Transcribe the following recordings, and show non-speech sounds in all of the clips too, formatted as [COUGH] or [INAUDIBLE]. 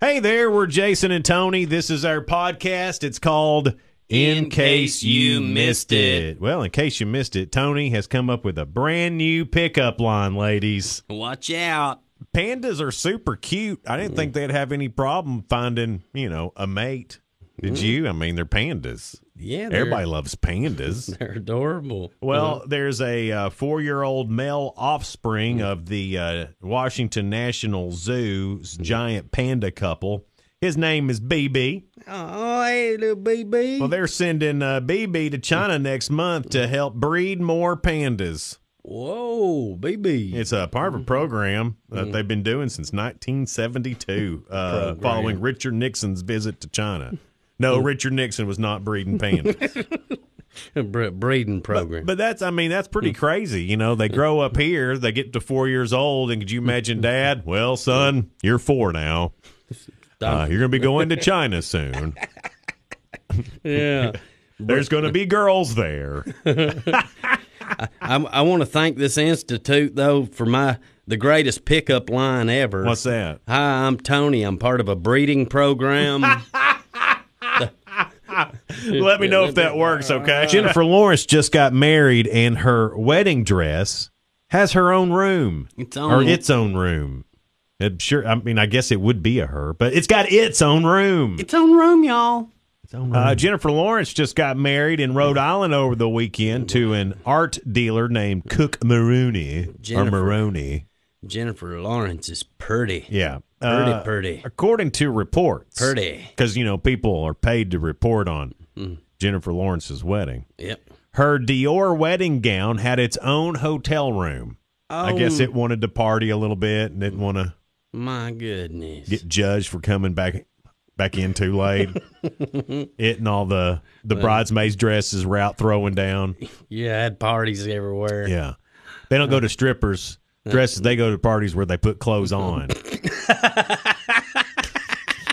Hey there, we're Jason and Tony. This is our podcast. It's called In, Case You Missed It. Well, in case you missed it, Tony has come up with a brand new pickup line, ladies. Watch out. Pandas are super cute. I didn't Mm. think they'd have any problem finding, you know, a mate. Did you? I mean, they're pandas. Mm. Yeah, they're, Everybody loves pandas. [LAUGHS] they're adorable. Well, there's a uh, four year old male offspring of the uh, Washington National Zoo's giant panda couple. His name is BB. oh, hey, little baby. Well, they're sending uh, BB to China next month to help breed more pandas. Whoa, baby. It's a part of a program that they've been doing since 1972, uh, following Richard Nixon's visit to China. No, Richard Nixon was not breeding pandas. a [LAUGHS] bre- [LAUGHS] breeding program. But that's, I mean, that's pretty crazy. You know, they grow up here, they get to four years old, and could you imagine, Dad? Well, son, you're four now. Uh, you're going to be going to China soon. [LAUGHS] yeah. There's going to be girls there. I, I want to thank this institute though for my the greatest pickup line ever. What's [LAUGHS] that? Hi, I'm Tony. I'm part of a [LAUGHS] breeding program. Let me know if that works, okay? Jennifer Lawrence just got married, and her wedding dress has her own room Its or own- its own room. I'm sure. I mean, I guess it would be a her, but it's got its own room. it's on room, y'all. Uh, Jennifer Lawrence just got married in Rhode Island over the weekend to an art dealer named Cook Maroney or Jennifer. Maroney. Jennifer Lawrence is pretty. Yeah, Pretty, Uh, pretty. According to reports, Pretty. because you know people are paid to report on Jennifer Lawrence's wedding. Yep. Her Dior wedding gown had its own hotel room. I Oh. guess it wanted to party a little bit and didn't want to My goodness. get judged for coming back back in too late. it and all the the bridesmaids' dresses were out throwing down. Yeah, I had parties [LAUGHS] everywhere. Yeah, they don't go to strippers dresses. They go to parties where they put clothes on.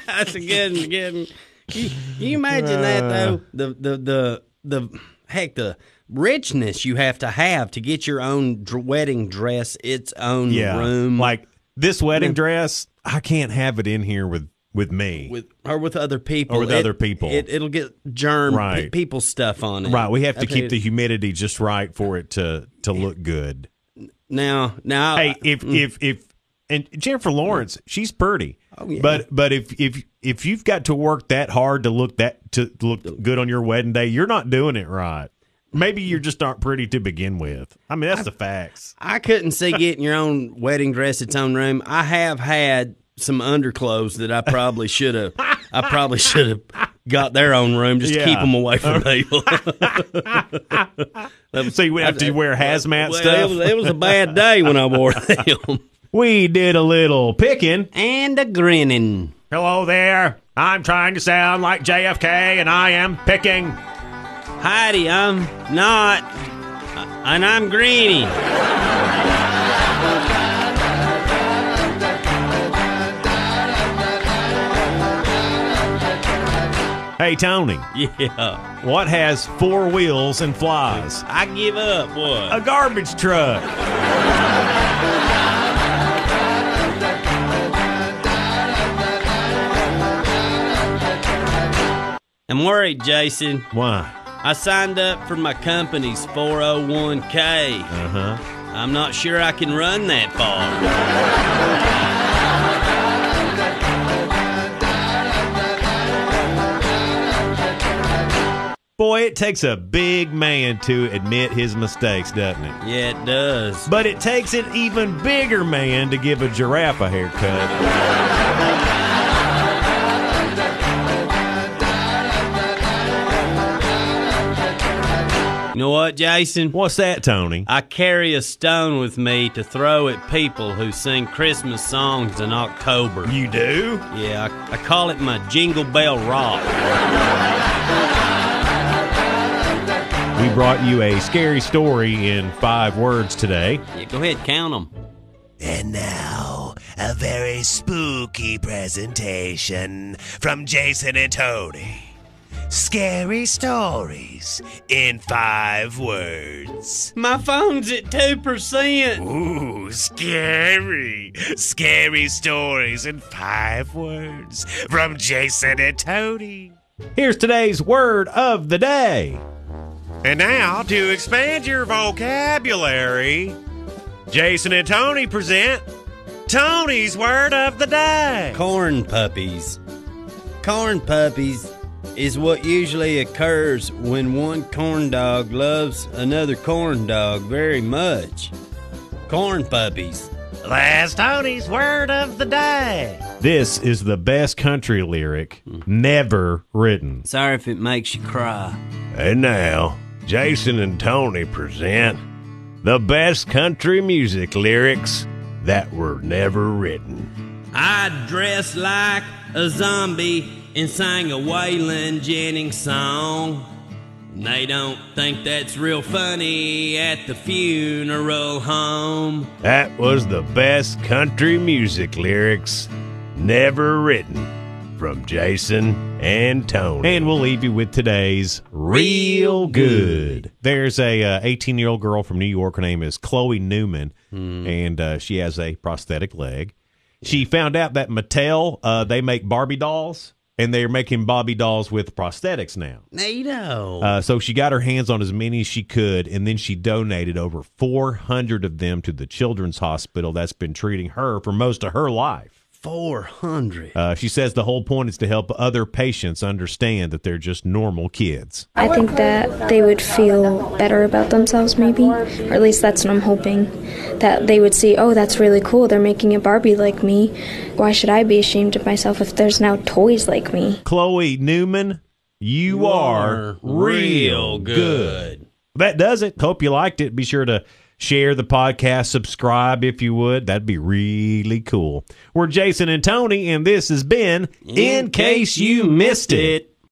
That's a good one, good one. Can you, can you imagine Uh. that though? The the the the heck the richness you have to have to get your own dr- wedding dress, its own Yeah, room, like this wedding dress. I can't have it in here with with me. with or with other people, Or with It- other people. It, it'll get germ Right. pe- people stuff on it. right, we have to That's keep it. the humidity just right for it to to look good. now now. hey, if mm. if if and Jennifer Lawrence, she's pretty. Oh, yeah. But but if if if you've got to work that hard to look that to look good on your wedding day, you're not doing it right. Maybe you just aren't pretty to begin with. I mean, that's the facts. I couldn't see getting your own wedding dress, its own room. I have had some underclothes that I probably should have. I probably should have got their own room just Yeah. to keep them away [LAUGHS] from people. So you would have to wear hazmat Well, stuff. It was, it was a bad day when [LAUGHS] I wore them. we did a little picking. and a grinning. Hello there. I'm trying to sound like JFK, and I am picking. Heidi, I'm not, and I'm greeny. Hey Tony, Yeah, what has four wheels and flies? I give up. What? A garbage truck. I'm worried, Jason. Why? I signed up for my company's 401k. Uh huh. I'm not sure I can run that far. Boy, it takes a big man to admit his mistakes, doesn't it? Yeah, it does. But it takes an even bigger man to give a giraffe a haircut. You know what, Jason? What's that, Tony? I carry a stone with me to throw at people who sing Christmas songs in October. You do? Yeah, I, I call it my Jingle Bell Rock. We brought you a scary story in five words today. Yeah, go ahead, count 'em. And now, a very spooky presentation from Jason and Tony. Scary stories in five words. My phone's at 2%. Ooh, scary. Scary stories in five words from Jason and Tony. Here's today's word of the day. And now, to expand your vocabulary, Jason and Tony present Tony's Word of the Day. Corn puppies. Corn puppies is what usually occurs when one corn dog loves another corn dog very much. Corn puppies. Last Tony's Word of the Day. This is the best country lyric never written. Sorry if it makes you cry. And now, Jason and Tony present the best country music lyrics that were never written. I dressed like a zombie and sang a Waylon Jennings song. And They don't think that's real funny at the funeral home. That was the best country music lyrics never written from Jason and Tony. And we'll leave you with today's real good. There's a 18 year old girl from New York. Her name is Chloe Newman, Hmm. and uh, she has a prosthetic leg. She found out that Mattel uh, they make Barbie dolls, and they're making Bobby dolls with prosthetics now. NATO. Uh, so she got her hands on as many as she could, and then she donated over 400 of them to the Children's Hospital that's been treating her for most of her life. 400. Uh, she says the whole point is to help other patients understand that they're just normal kids. I think that they would feel better about themselves, maybe, or at least that's what I'm hoping. That they would see, oh, that's really cool. They're making a Barbie like me. Why should I be ashamed of myself if there's now toys like me? Chloe Newman, you, are real good. That does it. Hope you liked it. Be sure to share the podcast, subscribe if you would. That'd be really cool. We're Jason and Tony, and this has been In, Case You Missed it.